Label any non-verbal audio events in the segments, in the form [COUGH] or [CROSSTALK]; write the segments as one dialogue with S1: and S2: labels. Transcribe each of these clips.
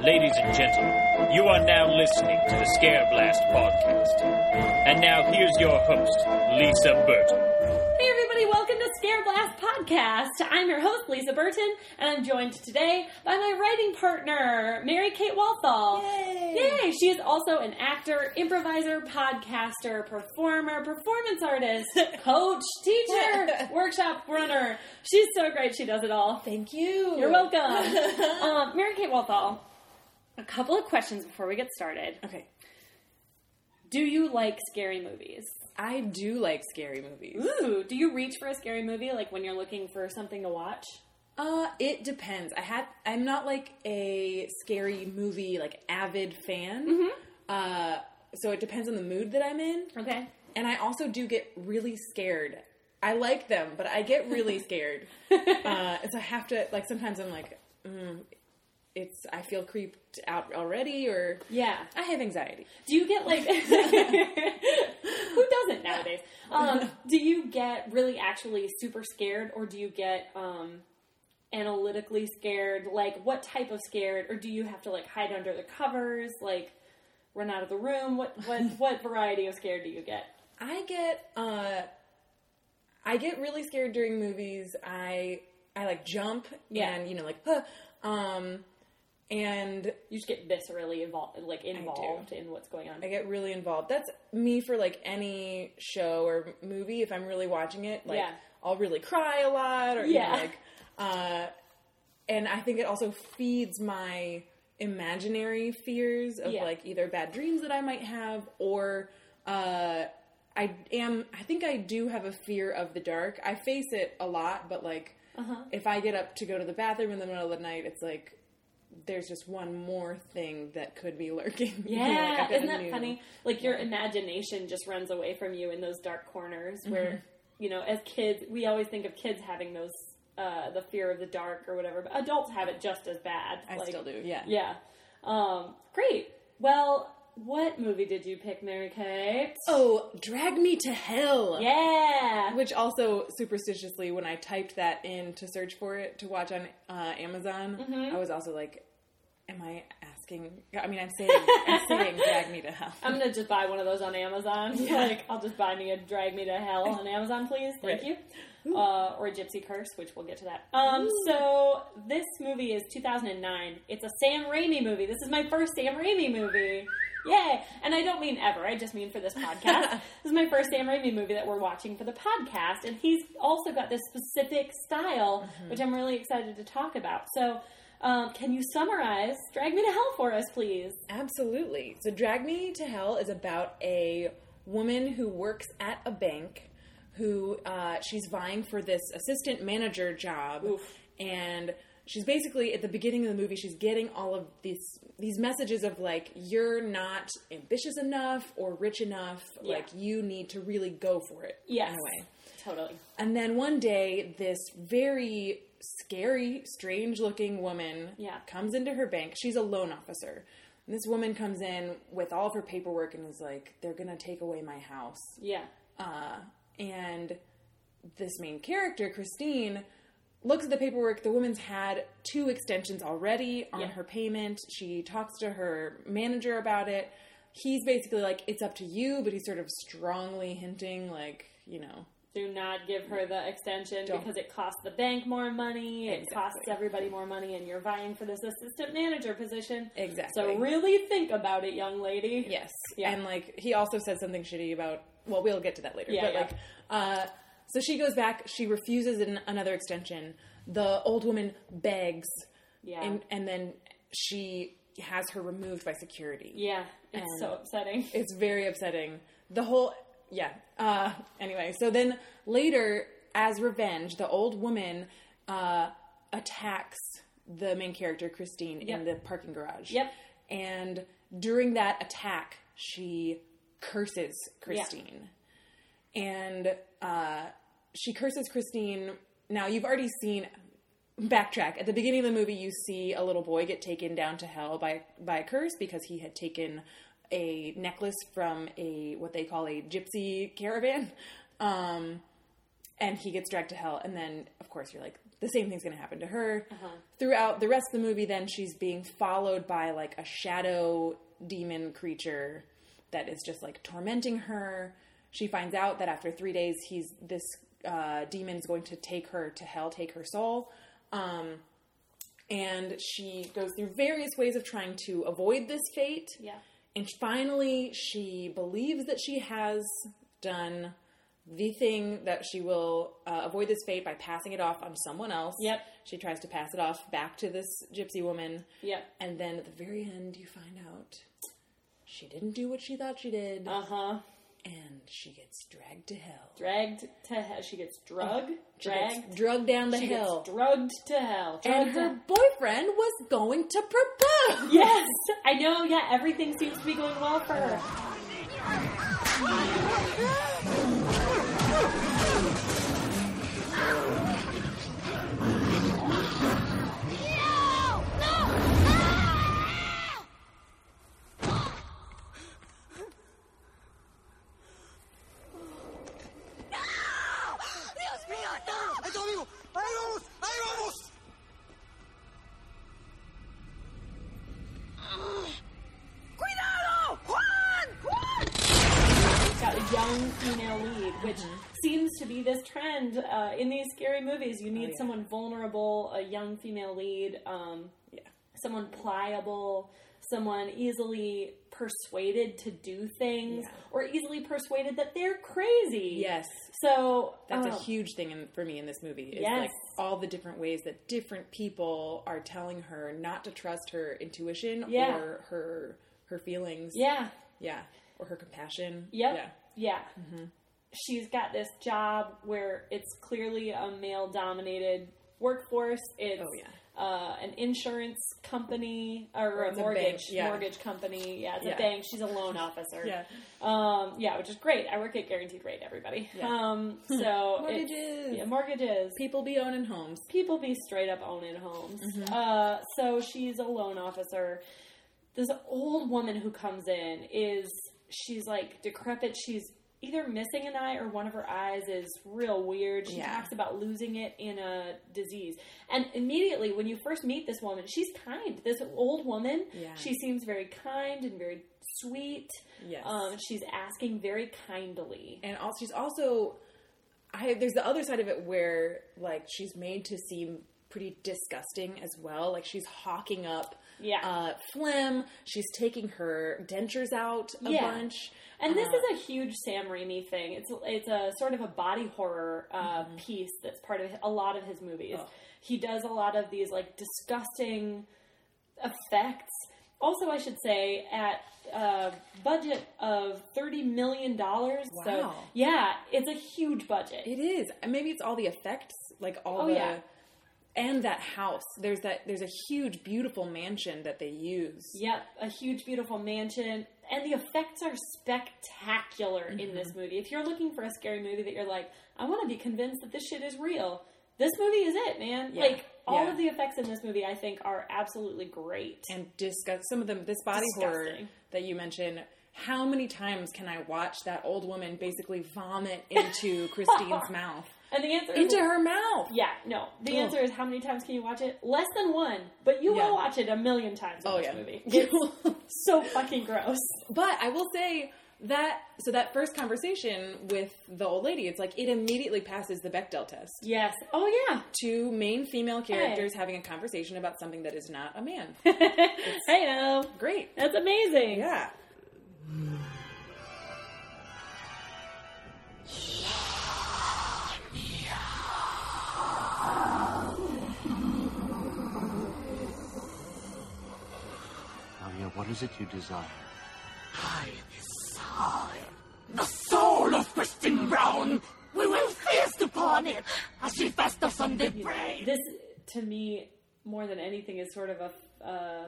S1: Ladies and gentlemen, you are now listening to the Scare Blast podcast. And now here's your host, Lisa Burton.
S2: Hey everybody, welcome to Scare Blast Podcast. I'm your host, Lisa Burton, and I'm joined today by my writing partner, Mary Kate Walthall. Yay! She is also an actor, improviser, podcaster, performer, performance [LAUGHS] artist, coach, [LAUGHS] teacher, workshop runner. She's so great, she does it all.
S3: Thank you.
S2: You're welcome. [LAUGHS] um, Mary Kate Walthall, a couple of questions before we get started.
S3: Okay.
S2: Do you like scary movies?
S3: I do like scary movies.
S2: Ooh, do you reach for a scary movie like when you're looking for something to watch?
S3: Uh, it depends. I had I'm not like a scary movie like avid fan. Uh, so it depends on the mood that I'm in.
S2: Okay.
S3: And I also do get really scared. I like them, but I get [LAUGHS] really scared. Uh, and so I have to like sometimes I'm like, mm, it's I feel creeped out already, or
S2: Yeah.
S3: I have anxiety.
S2: Do you get
S3: [LAUGHS]
S2: like who doesn't nowadays? Um, do you get really actually super scared, or do you get um, analytically scared? Like what type of scared, or do you have to like hide under the covers, like run out of the room? What
S3: [LAUGHS]
S2: what what variety of scared do you get?
S3: I get uh I get really scared during movies. I I like jump
S2: Yeah.
S3: and you know like huh, um and
S2: You just get viscerally involved, like involved in what's going on.
S3: I get really involved. That's me for like any show or movie if I'm really watching it like
S2: Yeah.
S3: I'll really cry a lot or you know,
S2: Yeah.
S3: like uh and I think it also feeds my imaginary fears of
S2: Yeah.
S3: like either bad dreams that I might have or uh I am I think I do have a fear of the dark. I face it a lot, but like
S2: Uh-huh.
S3: if I get up to go to the bathroom in the middle of the night, it's like there's just one more thing that could be lurking. [LAUGHS] You know, like,
S2: Yeah,
S3: I've got
S2: isn't
S3: a
S2: that
S3: new-
S2: funny? Like your imagination just runs away from you in those dark corners where
S3: Mm-hmm.
S2: you know, as kids, we always think of kids having those uh, the fear of the dark or whatever, but adults have it just as bad.
S3: I
S2: Like,
S3: still do. Yeah.
S2: Yeah. Um, great. Well, what movie did you pick, Mary Kate?
S3: Oh, drag me to hell.
S2: Yeah.
S3: Which also superstitiously, when I typed that in to search for it to watch on uh, Amazon,
S2: Mm-hmm.
S3: I was also like, "Am I asking? I mean, I'm saying, I'm
S2: [LAUGHS]
S3: saying, drag me to hell."
S2: I'm gonna just buy one of those on Amazon. [LAUGHS] Like, I'll just buy me a "Drag Me to Hell" on Amazon, please. Thank
S3: Right.
S2: you. Uh, or a Gypsy Curse, which we'll get to that. Um, so this movie is 2009. It's a Sam Raimi movie. This is my first Sam Raimi movie. Yay! And I don't mean ever. I just mean for this
S3: [LAUGHS]
S2: podcast. this is my first Sam Raimi movie that we're watching for the podcast, and he's also got this specific style,
S3: Mm-hmm.
S2: which I'm really excited to talk about. So. Um, can you summarize Drag Me to Hell for us, please?
S3: Absolutely. So, Drag Me to Hell is about a woman who works at a bank who uh, she's vying for this assistant manager job.
S2: Oof.
S3: And she's basically, at the beginning of the movie, she's getting all of these, these messages of like, you're not ambitious enough or rich enough.
S2: Yeah.
S3: Like, you need to really go for it.
S2: Yes.
S3: In a way.
S2: Totally.
S3: And then one day, this very scary, strange looking woman
S2: Yeah.
S3: comes into her bank. She's a loan officer. And this woman comes in with all of her paperwork and is like, they're going to take away my house.
S2: Yeah.
S3: Uh, and this main character, Christine, looks at the paperwork. The woman's had two extensions already on
S2: Yeah.
S3: her payment. She talks to her manager about it. He's basically like, it's up to you, but he's sort of strongly hinting, like, you know,
S2: Do not give her the extension
S3: Don't.
S2: because it costs the bank more money. It costs
S3: Exactly.
S2: everybody more money, and you're vying for this assistant manager position.
S3: Exactly.
S2: So really think about it, young lady.
S3: Yes.
S2: Yeah.
S3: And like he also said something shitty about well, we'll get to that later.
S2: Yeah,
S3: but
S2: yeah.
S3: like uh so she goes back, she refuses an, another extension. The old woman begs
S2: Yeah.
S3: and and then she has her removed by security.
S2: yeah. It's
S3: And-
S2: so upsetting.
S3: It's very upsetting. The whole yeah. Uh anyway, so then later as revenge, the old woman uh attacks the main character Christine
S2: Yep.
S3: in the parking garage.
S2: Yep.
S3: And during that attack, she curses Christine. And uh, she curses Christine. Now, you've already seen. Backtrack. At the beginning of the movie, you see a little boy get taken down to hell by by a curse because he had taken a necklace from a what they call a gypsy caravan, um, and he gets dragged to hell and then of course you're like the same thing's going to happen to her throughout the rest of the movie then she's being followed by like a shadow demon creature that is just like tormenting her she finds out that after three days he's this uh, demon's going to take her to hell take her soul um, and she goes through various ways of trying to avoid this fate
S2: Yeah.
S3: and finally, she believes that she has done the thing that she will uh, avoid this fate by passing it off on someone else.
S2: Yep.
S3: She tries to pass it off back to this gypsy woman.
S2: Yep.
S3: And then at the very end, you find out she didn't do what she thought she did,
S2: Uh huh.
S3: and she gets dragged to hell.
S2: Dragged to hell. She gets drug.
S3: She
S2: dragged.
S3: gets drugged down the
S2: she
S3: hill.
S2: gets drugged to hell.
S3: and
S2: Drugged to-
S3: her boyfriend was going to propose.
S2: Yes, I know. Yeah, everything seems to be going well for her.
S4: ¡Dios mío, no! ¡Ahí vamos! ¡Ahí vamos! ¡Ahí vamos! ¡Cuidado! ¡Juan! ¡Juan!
S2: She's got a young female lead, which seems to be this trend uh, in these scary movies. You need
S3: Oh, yeah.
S2: someone vulnerable, a young female lead, um,
S3: Yeah.
S2: someone pliable, someone easily persuaded to do things,
S3: Yeah.
S2: or easily persuaded that they're crazy.
S3: Yes.
S2: So
S3: That's a
S2: um,
S3: huge thing in, for me in this movie. Is
S2: Yes.
S3: like all the different ways that different people are telling her not to trust her intuition
S2: Yeah.
S3: or her her feelings.
S2: Yeah.
S3: Yeah. Or her compassion.
S2: Yep.
S3: Yeah. Mm-hmm.
S2: Yeah. She's got this job where it's clearly a male dominated workforce. It's
S3: Oh, yeah.
S2: uh, an insurance company or,
S3: Or
S2: a
S3: it's a
S2: mortgage
S3: bank, yeah.
S2: mortgage company. Yeah, it's
S3: Yeah.
S2: a bank. She's a loan officer.
S3: Yeah.
S2: Um, yeah, which is great. I work at Guaranteed Rate, everybody.
S3: Yeah. [LAUGHS]
S2: Um, so it's-
S3: Mortgages.
S2: yeah, mortgages
S3: People be owning homes.
S2: people be straight up owning homes.
S3: Mm-hmm.
S2: Uh, so she's a loan officer. This old woman who comes in is she's like decrepit. She's either missing an eye or one of her eyes is real weird. She
S3: Yeah.
S2: talks about losing it in a disease. And immediately when you first meet this woman, she's kind. This old woman,
S3: Yeah.
S2: she seems very kind and very sweet.
S3: Yes.
S2: Um, she's asking very kindly.
S3: and also she's also I there's the other side of it where like she's made to seem pretty disgusting as well. Like she's hawking up
S2: Yeah.
S3: uh, phlegm. She's taking her dentures out a
S2: Yeah.
S3: bunch.
S2: And this is a huge Sam Raimi thing. It's it's a sort of a body horror uh, piece that's part of a lot of his movies. He does a lot of these like disgusting effects. Also, I should say at a budget of thirty million dollars. So
S3: Wow.
S2: yeah, it's a huge budget.
S3: It is. And Maybe it's all the effects, like all
S2: Oh,
S3: the
S2: yeah.
S3: and that house. There's that there's a huge beautiful mansion that they use.
S2: Yep, a huge, beautiful mansion. And the effects are spectacular in
S3: Mm-hmm.
S2: this movie. If you're looking for a scary movie that you're like, I want to be convinced that this shit is real, this movie is it, man.
S3: Yeah,
S2: Like, all
S3: yeah.
S2: of the effects in this movie, I think, are absolutely great.
S3: And discuss some of them this body horror
S2: Disgusting.
S3: that you mentioned. How many times can I watch that old woman basically vomit into Christine's mouth?
S2: And the answer
S3: Into
S2: is.
S3: her mouth.
S2: Yeah, no. The
S3: Ugh.
S2: answer is how many times can you watch it? Less than one, but you
S3: Yeah.
S2: will watch it a million times in
S3: Oh
S2: this
S3: yeah. [LAUGHS]
S2: movie. It's so fucking gross.
S3: But I will say that so that first conversation with the old lady, it's like it immediately passes the Bechdel test.
S2: Yes. Oh, [LAUGHS] yeah.
S3: Two main female characters having a conversation about something that is not
S2: [LAUGHS]
S3: a man.
S2: I know.
S3: Great.
S2: That's amazing.
S3: Yeah.
S5: Maria, what is it you desire?
S6: I desire the soul of Christine Brown. We will feast upon it as she fests us on the brain.
S2: this to me more than anything is sort of a uh,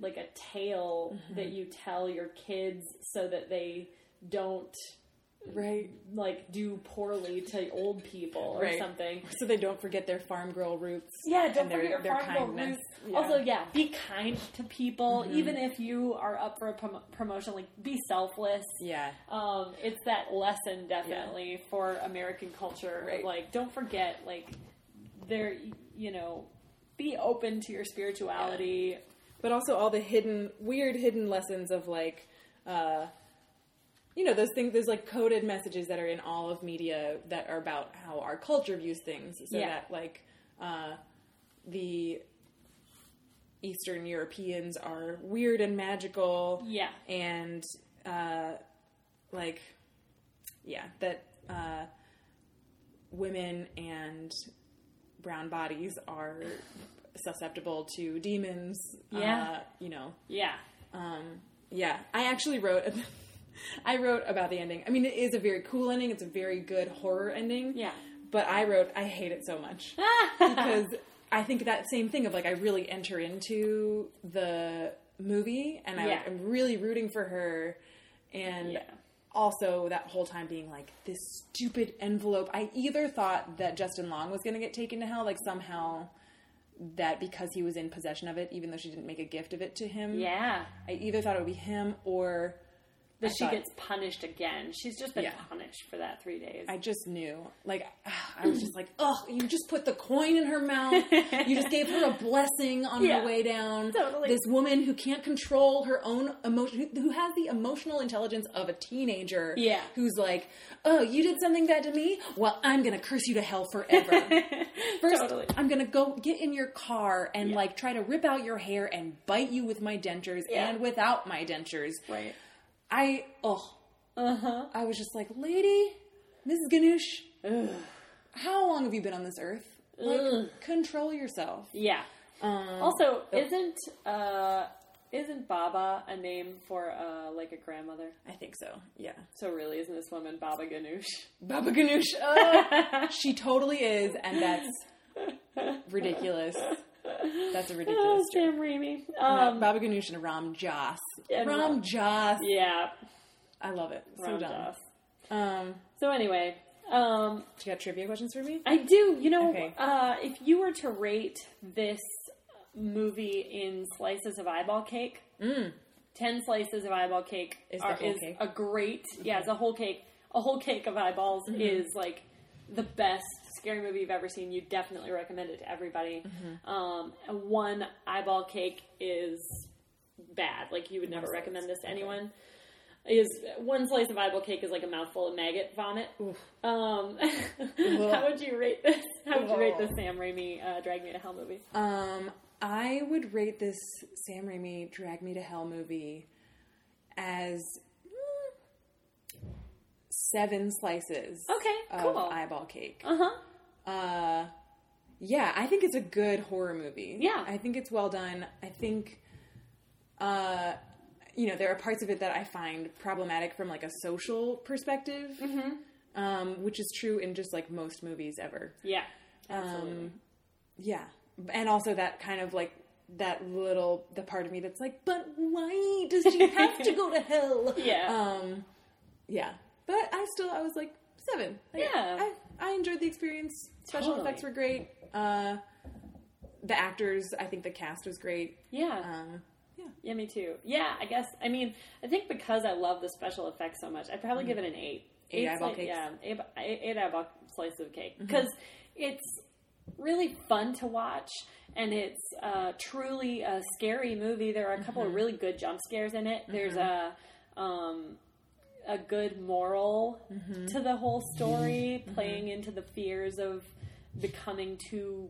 S2: like Mm-hmm. a tale that you tell your kids so that they don't
S3: Right.
S2: like do poorly to old people or
S3: Right.
S2: something.
S3: So they don't forget their farm girl roots.
S2: Yeah, don't
S3: and their,
S2: forget your
S3: their
S2: farm girl
S3: kindness.
S2: roots.
S3: Yeah.
S2: Also, yeah, Mm-hmm. be kind to people, even if you are up for a prom- promotion. Like, be selfless.
S3: yeah.
S2: Um, it's that lesson definitely for American culture. of,
S3: Right.
S2: Like, don't forget, like, there, you know, be open to your spirituality.
S3: but also all the hidden weird hidden lessons of like uh you know those things there's like coded messages that are in all of media that are about how our culture views things so
S2: Yeah.
S3: that like uh the eastern europeans are weird and magical
S2: Yeah.
S3: and uh like yeah that uh women and brown bodies are susceptible to demons. Uh,
S2: Yeah.
S3: you know.
S2: Yeah.
S3: Um, yeah. I actually wrote. [LAUGHS] I wrote about the ending. I mean, it is a very cool ending. It's a very good horror ending.
S2: Yeah.
S3: But I wrote, I hate it
S2: [LAUGHS]
S3: so much because I think that same thing of like I really enter into the movie and I like,
S2: Yeah.
S3: I'm really rooting for her, and
S2: Yeah.
S3: also that whole time being like this stupid envelope. I either thought that Justin Long was going to get taken to hell, like somehow that because he was in possession of it, even though she didn't make a gift of it to him.
S2: Yeah.
S3: I either thought it would be him or
S2: That
S3: I
S2: she
S3: thought-
S2: gets punished again. She's just been
S3: Yeah.
S2: punished for that three days.
S3: I just knew. Like, [SIGHS] I was just like, oh, you just put the coin in her mouth. You just gave her a blessing on
S2: Yeah.
S3: her way down.
S2: Totally.
S3: This woman who can't control her own emotion, who, who has the emotional intelligence of a teenager.
S2: Yeah.
S3: Who's like, oh, you did something bad to me? Well, I'm going to curse you to hell
S2: [LAUGHS]
S3: forever. First,
S2: Totally.
S3: I'm gonna go get in your car and like try to rip out your hair and bite you with my dentures
S2: Yeah.
S3: and without my dentures.
S2: right.
S3: I oh,
S2: Uh-huh.
S3: uh huh. I was just like, lady, Mrs. Ganoush, how long have you been on this earth? Like, control yourself.
S2: Yeah.
S3: Um,
S2: also,
S3: oh.
S2: isn't uh, isn't Baba a name for uh, like a grandmother?
S3: I think so. Yeah,
S2: So really, isn't this woman Baba Ganoush?
S3: Baba Ganoush.
S2: [LAUGHS]
S3: Oh, [LAUGHS] she totally is, and that's ridiculous. That's a ridiculous.
S2: Oh, Sam Raimi.
S3: Um,
S2: Um,
S3: Baba Ganoush and Ram Joss.
S2: And
S3: Ram
S2: Ram-
S3: Joss.
S2: yeah,
S3: I love it. So
S2: Ram
S3: dumb.
S2: Dass.
S3: Um,
S2: So anyway, um,
S3: do you got trivia questions for me?
S2: I do. You know,
S3: Okay.
S2: uh, if you were to rate this movie in slices of eyeball cake, ten slices of eyeball cake
S3: Mm. Is the whole cake.
S2: a great. Yeah, it's a whole cake. A whole cake of eyeballs
S3: Mm-hmm.
S2: is like the best scary movie you've ever seen. You definitely recommend it to everybody.
S3: Mm-hmm.
S2: Um, and one eyeball cake is bad. Like you would never
S3: slice.
S2: recommend this to anyone. Is one slice of eyeball cake is like a mouthful of maggot vomit. Um, [LAUGHS] how would you rate this? How would you rate this Sam Raimi uh, Drag Me to Hell movie?
S3: Um, I would rate this Sam Raimi Drag Me to Hell movie as mm, seven slices
S2: Okay,
S3: of
S2: Oh, cool.
S3: eyeball cake.
S2: Uh huh.
S3: Uh, yeah, I think it's a good horror movie.
S2: Yeah.
S3: I think it's well done. I think, uh, you know, there are parts of it that I find problematic from like a social perspective,
S2: Mm-hmm.
S3: um, which is true in just like most movies ever.
S2: Yeah. Absolutely.
S3: Yeah. And also that kind of like that little the part of me that's like, but why does she have
S2: [LAUGHS]
S3: to go to hell?
S2: Yeah.
S3: Um yeah. But I still I was like seven. Like,
S2: Yeah.
S3: I, I enjoyed the experience. Special
S2: Totally.
S3: effects were great. Uh the actors, I think the cast was great.
S2: yeah.
S3: Um
S2: yeah. Me too. Yeah. I guess. I mean, I think because I love the special effects so much, I'd probably give it an eight.
S3: Eight eyeball
S2: sli-
S3: cakes? Mm-hmm.
S2: Yeah. Eight, eight eight eyeball slices of cake because it's really fun to watch and it's uh, truly a scary movie. There are a couple
S3: Mm-hmm.
S2: of really good jump scares in it. There's a um, a good moral
S3: Mm-hmm.
S2: to the whole story, playing into the fears of becoming too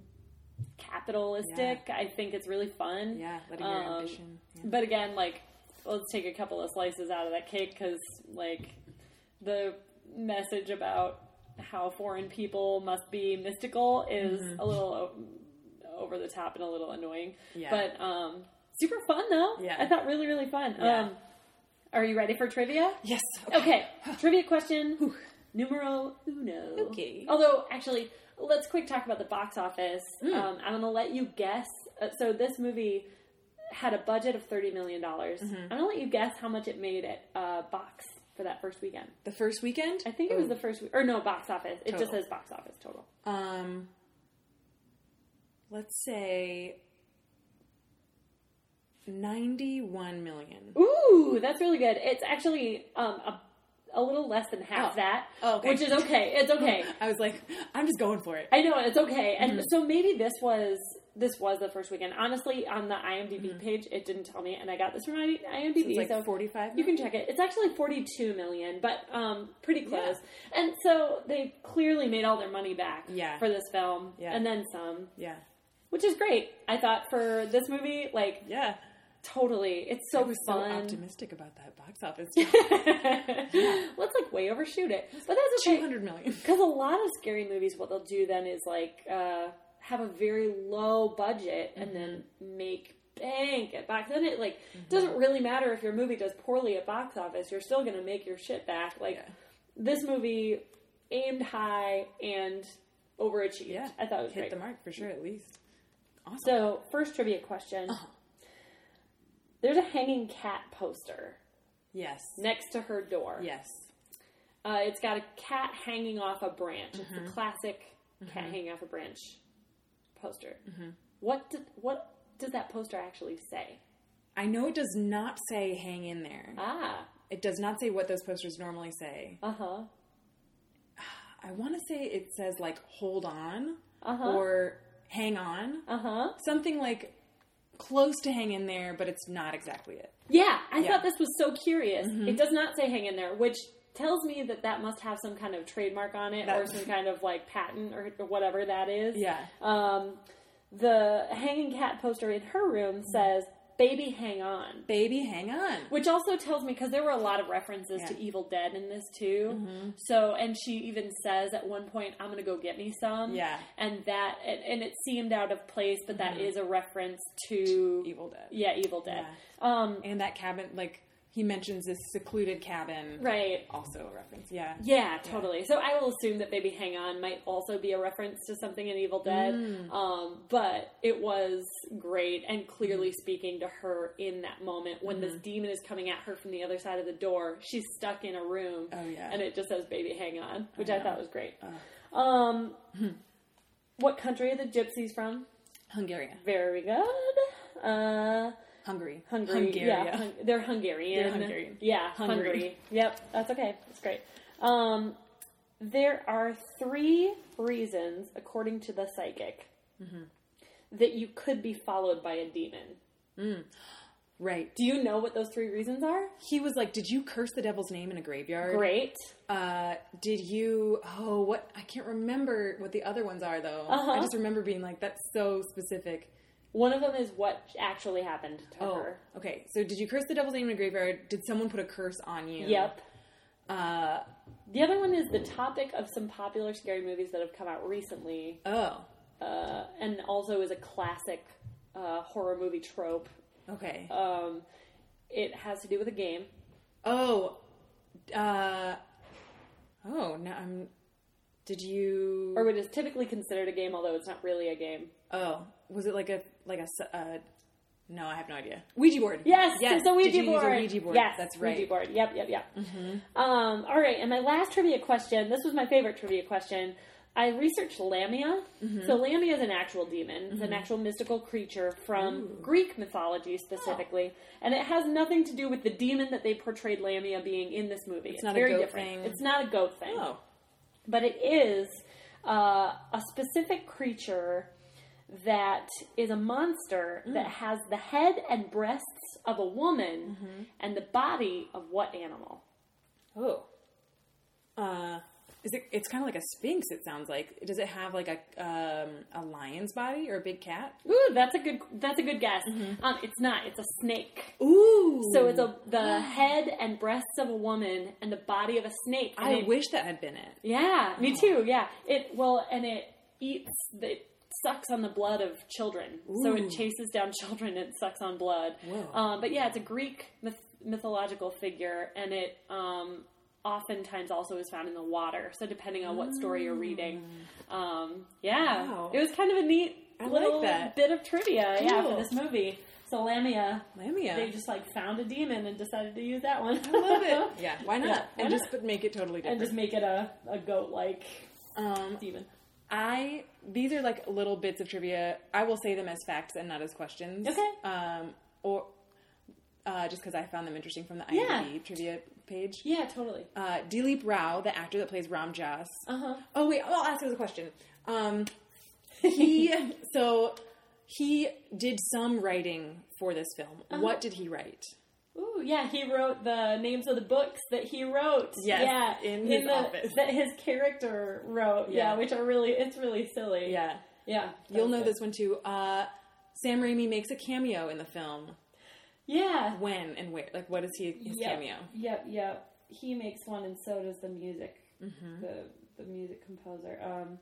S2: capitalistic. I think it's really fun.
S3: Yeah, letting your
S2: Um,
S3: ambition- yeah.
S2: But again, like let's take a couple of slices out of that cake because like the message about how foreign people must be mystical is
S3: Mm-hmm.
S2: a little o- over the top and a little annoying.
S3: Yeah.
S2: But um, super fun though.
S3: Yeah.
S2: I thought really really fun.
S3: Yeah.
S2: Um, are you ready for trivia?
S3: Yes. [SIGHS]
S2: Okay, trivia question numero uno.
S3: Okay.
S2: Although, actually, let's quick talk about the box office.
S3: Hmm.
S2: Um, I'm going to let you guess. Uh, so, this movie
S3: Mm-hmm.
S2: had a budget of $30 million. I'm going to let you guess how much it made at uh, box for that first weekend.
S3: The first weekend?
S2: I think it was the first week, or no, box office. It just
S3: Total.
S2: says box office total.
S3: Um, let's say 91 million.
S2: Ooh, that's really good. It's actually um, a, a little less than half
S3: Oh.
S2: that,
S3: Oh, okay.
S2: which is okay. It's
S3: [LAUGHS]
S2: okay.
S3: I was like, I'm just going for it.
S2: I know it's okay. And
S3: Mm-hmm.
S2: so maybe this was this was the first weekend. Honestly, on the IMDb page, it didn't tell me, and I got this from my IMDb.
S3: Mm-hmm. It's like
S2: so
S3: 45
S2: You can
S3: million?
S2: check it. It's actually 42 million, but um, pretty close. And so they clearly made all their money back
S3: Yeah.
S2: for this film,
S3: Yeah.
S2: and then some,
S3: Yeah.
S2: which is great. I thought for this movie, like
S3: Yeah.
S2: totally, it's so
S3: I was
S2: fun.
S3: so optimistic about that box office.
S2: [LAUGHS]
S3: [LAUGHS]
S2: Let's like way overshoot it, but that's okay.
S3: 200 million.
S2: Because a lot of scary movies, what they'll do then is like uh, have a very low budget and then
S3: Mm-hmm.
S2: make bank at box. Then it like doesn't really matter if your movie does poorly at box office. You're still gonna make your shit back. Like
S3: Yeah.
S2: this movie aimed high and overachieved.
S3: [LAUGHS] Yeah.
S2: I thought it was
S3: Hit
S2: great.
S3: the mark for sure, at least. Awesome.
S2: So first trivia question.
S3: Uh-huh.
S2: There's a hanging cat poster
S3: yes.
S2: next to her door.
S3: Yes.
S2: Uh, it's got a cat hanging off a branch.
S3: Mm-hmm.
S2: It's the classic cat hanging off a branch poster.
S3: Mm-hmm.
S2: What do, what does that poster actually say?
S3: I know it does not say hang in there.
S2: Ah,
S3: It does not say what those posters normally say.
S2: uh huh,
S3: I want to say it says like hold on
S2: Uh-huh.
S3: or hang on.
S2: uh huh.
S3: Something like close to hang in there, but it's not exactly it.
S2: Yeah, I
S3: Yeah. Mm-hmm.
S2: thought this was so curious. It does not say hang in there, which tells me that that must have some kind of trademark on it or
S3: That- [LAUGHS]
S2: some kind of like patent or, or whatever that is.
S3: Yeah.
S2: Um, the hanging cat poster in her room
S3: Mm-hmm.
S2: says, "Baby, hang on."
S3: Baby, hang on.
S2: Which also tells me because there were a lot of references
S3: Yeah. Mm-hmm.
S2: to Evil Dead in this too. So, and she even says at one point, "I'm gonna go get me some."
S3: Yeah. Mm-hmm.
S2: and that and, and it seemed out of place, but that is a reference to
S3: Evil Dead.
S2: Yeah, Evil Dead. Um,
S3: And that cabin, like he mentions this secluded cabin.
S2: right.
S3: Also a reference. Yeah.
S2: Yeah, totally. So I will assume that Baby Hang On might also be a reference to something in Evil Dead. Um, but it was great and clearly speaking to her in that moment when this demon is coming at her from the other side of the door. She's stuck in a room.
S3: Oh, yeah.
S2: And it just says Baby Hang On, which I, thought was great. Um, What country are the gypsies from?
S3: Hungary.
S2: Very good. Uh,
S3: Hungary.
S2: Hungary.
S3: Hungary.
S2: Yeah, hung- they're Hungarian.
S3: They're Hungarian.
S2: Yeah, Hungary.
S3: Hungary.
S2: Yep, that's okay. That's great. Um, there are three reasons, according to the psychic,
S3: Mm-hmm.
S2: that you could be followed by a demon.
S3: Right.
S2: Do you know what those three reasons are?
S3: He was like, "Did you curse the devil's name in a graveyard?"
S2: Great.
S3: Uh, did you? Oh, what? I can't remember what the other ones are though.
S2: Uh-huh.
S3: I just remember being like, "That's so specific."
S2: One of them is what actually happened to
S3: Oh,
S2: her.
S3: okay. So, did you curse the devil's name in a graveyard? Did someone put a curse on you?
S2: Yep.
S3: Uh,
S2: the other one is the topic of some popular scary movies that have come out recently.
S3: Oh,
S2: uh, and also is a classic uh, horror movie trope.
S3: okay.
S2: Um, it has to do with a game.
S3: oh, uh, oh. Now I'm. Did you?
S2: Or it is typically considered a game, although it's not really a game.
S3: oh, was it like a like a? s- Uh, no, I have no idea. Ouija board.
S2: Yes, it's a Ouija
S3: did you
S2: board.
S3: Use a Ouija board.
S2: Yes,
S3: that's right. Mm-hmm.
S2: Ouija board. Yep, yep, yep. Um, all right, and my last trivia question. This was my favorite trivia question. I researched Lamia.
S3: Mm-hmm.
S2: So Lamia is an actual demon. It's an actual mystical creature from Greek mythology specifically,
S3: Oh.
S2: and it has nothing to do with the demon that they portrayed Lamia being in this movie. It's,
S3: not a
S2: very
S3: goat
S2: different.
S3: thing.
S2: It's not a goat thing.
S3: Oh,
S2: but it is uh, a specific creature that is a monster
S3: Mm.
S2: that has the head and breasts of a woman
S3: Mm-hmm.
S2: and the body of what animal?
S3: oh. Uh, is it? It's kind of like a sphinx. It sounds like. Does it have like a um a lion's body or a big cat?
S2: Ooh, that's a good that's a good guess. Um, it's not. It's a snake.
S3: Mm-hmm. Ooh.
S2: So it's a
S3: [GASPS]
S2: the head and breasts of a woman and the body of a snake. And
S3: I
S2: it-
S3: wish that had been it.
S2: Yeah, me too. Yeah, it well, and it eats. It sucks on the blood of children, so it
S3: Ooh.
S2: chases down [LAUGHS] children and sucks on blood.
S3: Whoa.
S2: Um, but yeah, it's a Greek myth- mythological figure, and it um, oftentimes also is found in the water. So depending on what story you're reading, um, yeah,
S3: Ah. Wow.
S2: it was kind of a neat
S3: I like
S2: little
S3: that.
S2: bit of trivia, yeah,
S3: Cool.
S2: for this movie. So Lamia,
S3: Lamia.
S2: they just like found a demon and decided to use that one.
S3: I love [LAUGHS]
S2: [LAUGHS]
S3: it. Yeah, why not?
S2: Yeah, why not?
S3: and just but make it totally
S2: and
S3: different.
S2: just make it a, a goat like
S3: um,
S2: demon.
S3: I these are like little bits of trivia. I will say them as facts and not as questions.
S2: Okay.
S3: Um, or uh, just because I found them interesting from the
S2: Yeah.
S3: IMDb trivia page.
S2: Yeah, totally.
S3: Uh, Dilip Rao, the actor that plays Ram Dass.
S2: Uh-huh.
S3: Oh wait, I'll ask you a question.
S2: [LAUGHS]
S3: Um, he so he did some writing for this film.
S2: Uh-huh.
S3: What did he write?
S2: Ooh, yeah, he wrote the names of the books that he wrote.
S3: Yes,
S2: yeah,
S3: in his
S2: the,
S3: office.
S2: that his character wrote. Yeah.
S3: Yeah.
S2: which are really it's really silly.
S3: Yeah,
S2: yeah.
S3: you'll know
S2: That's
S3: this one too. Uh, Sam Raimi makes a cameo in the film.
S2: good. Yeah,
S3: When and where? Like, what is he his
S2: yep.
S3: cameo?
S2: Yep, yep. He makes one, and so does the music.
S3: Mm-hmm.
S2: The the music composer. Um,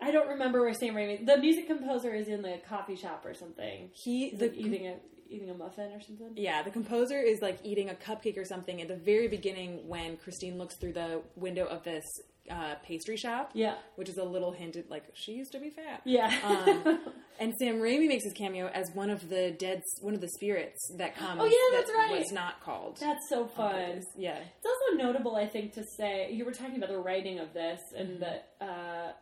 S2: I don't remember where Sam Raimi. The music composer is in the coffee shop or something.
S3: He
S2: He's
S3: the
S2: like, eating a eating a muffin or something.
S3: Yeah, the composer is like eating a cupcake or something at the very beginning when Christine looks through the window of this uh, pastry shop.
S2: Yeah.
S3: Which is a little hint at like, she used to be fat.
S2: Yeah.
S3: Um, and Sam Raimi makes his cameo as one of the dead, one of the spirits that comes.
S2: Oh, yeah,
S3: that
S2: that's right.
S3: Was not called.
S2: [LAUGHS] That's so fun.
S3: yeah.
S2: It's also notable, I think, to say you were talking about the writing of this,
S3: Mm-hmm.
S2: and that uh,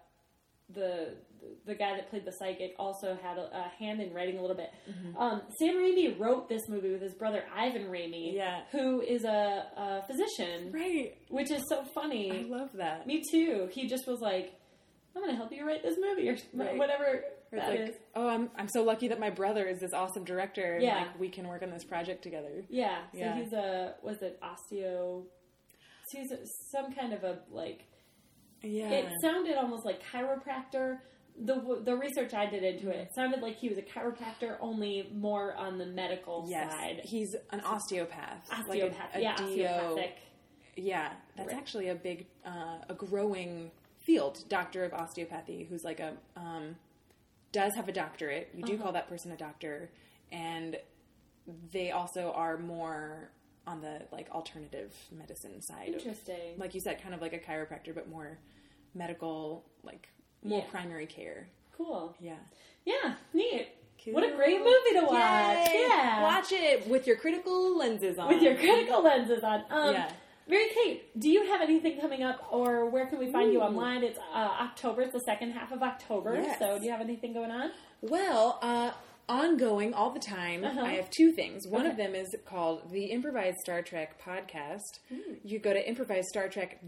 S2: the the guy that played the psychic also had a, a hand in writing a little bit.
S3: Mm-hmm.
S2: Um, Sam Raimi wrote this movie with his brother Ivan Raimi,
S3: Yeah.
S2: who is a, a physician,
S3: Right.
S2: which is so funny.
S3: I love that.
S2: Me too. He just was like, "I'm going to help you write this movie," or s-
S3: Right.
S2: whatever
S3: Or it's
S2: that is.
S3: like, oh, I'm I'm so lucky that my brother is this awesome director. and,
S2: Yeah.
S3: like, we can work on this project together.
S2: Yeah. So
S3: Yeah.
S2: he's a was it osteo? so He's a, some kind of a like
S3: Yeah.
S2: It sounded almost like chiropractor. The the research I did into it, it sounded like he was a chiropractor, only more on the medical
S3: yes.
S2: side.
S3: He's an osteopath. like a-
S2: Osteopath,
S3: a
S2: yeah,
S3: DO.
S2: osteopathic.
S3: Yeah, that's
S2: Right.
S3: actually a big, uh, a growing field. Doctor of osteopathy, who's like a um, does have a doctorate. You do
S2: Uh-huh.
S3: call that person a doctor, and they also are more on the like alternative medicine side. of-
S2: Interesting.
S3: like you said, kind of like a chiropractor, but more medical, like more
S2: Yeah.
S3: primary care.
S2: cool.
S3: Yeah.
S2: Yeah, neat. What a
S3: Cool.
S2: great movie to watch.
S3: Yay!
S2: Yeah,
S3: Watch it with your critical lenses on.
S2: with your critical lenses on. Um,
S3: Yeah.
S2: Mary Kate, do you have anything coming up, or where can we find you online? It's uh, October. It's the second half of October.
S3: Yes.
S2: So, do you have anything going on?
S3: Well, uh, ongoing all the time, I have two things. One of them is called the Improvised Star Trek Podcast. You go to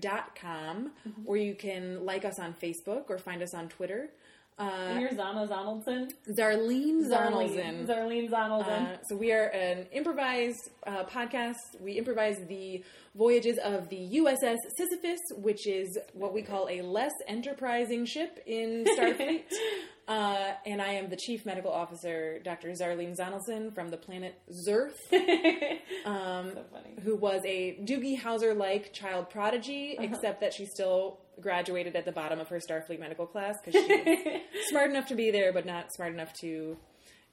S3: improvisedstartrek.com or you can like us on Facebook or find us on Twitter. Uh,
S2: You're Zana Zonaldson.
S3: Zarlene Zonelson.
S2: Zarlene Zonaldson.
S3: Uh, so we are an improvised uh, podcast. We improvise the voyages of the USS Sisyphus, which is what we call a less enterprising ship in Starfleet. uh, and I am the chief medical officer, Dr. Zarlene Zonelson from the planet Zerth,
S2: so funny.
S3: who was a Doogie Howser-like child prodigy, except that she still graduated at the bottom of her Starfleet medical class because she was smart enough to be there, but not smart enough to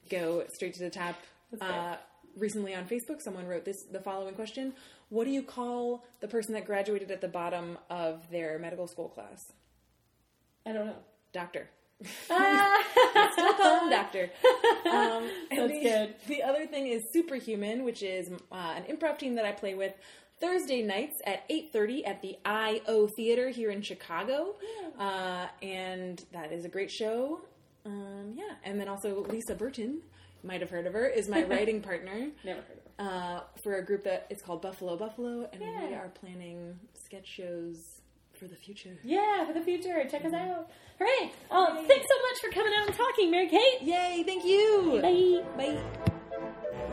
S3: go straight to the top. Uh, recently on Facebook, someone wrote this the following question: What do you call the person that graduated at the bottom of their medical school class?
S2: I don't know.
S3: Doctor. [LAUGHS] Still call
S2: [LAUGHS]
S3: him doctor. Um, and
S2: Ah. That's
S3: the,
S2: good.
S3: The other thing is Superhuman, which is uh, an improv team that I play with Thursday nights at 8.30 at the I.O. Theater here in Chicago. Uh, and that is a great show. Um, yeah. And then also Lisa Burton, you might have heard of her, is
S2: [LAUGHS]
S3: my writing partner
S2: Never heard of her.
S3: uh, for a group that is called Buffalo Buffalo. And we
S2: Yeah.
S3: are planning sketch shows for the future.
S2: Yeah, for the future. Check us
S3: Mm-hmm.
S2: out. Hooray! Oh, thanks so much for coming out and talking, Mary Kate.
S3: Yay, thank you!
S2: Bye.
S3: Bye.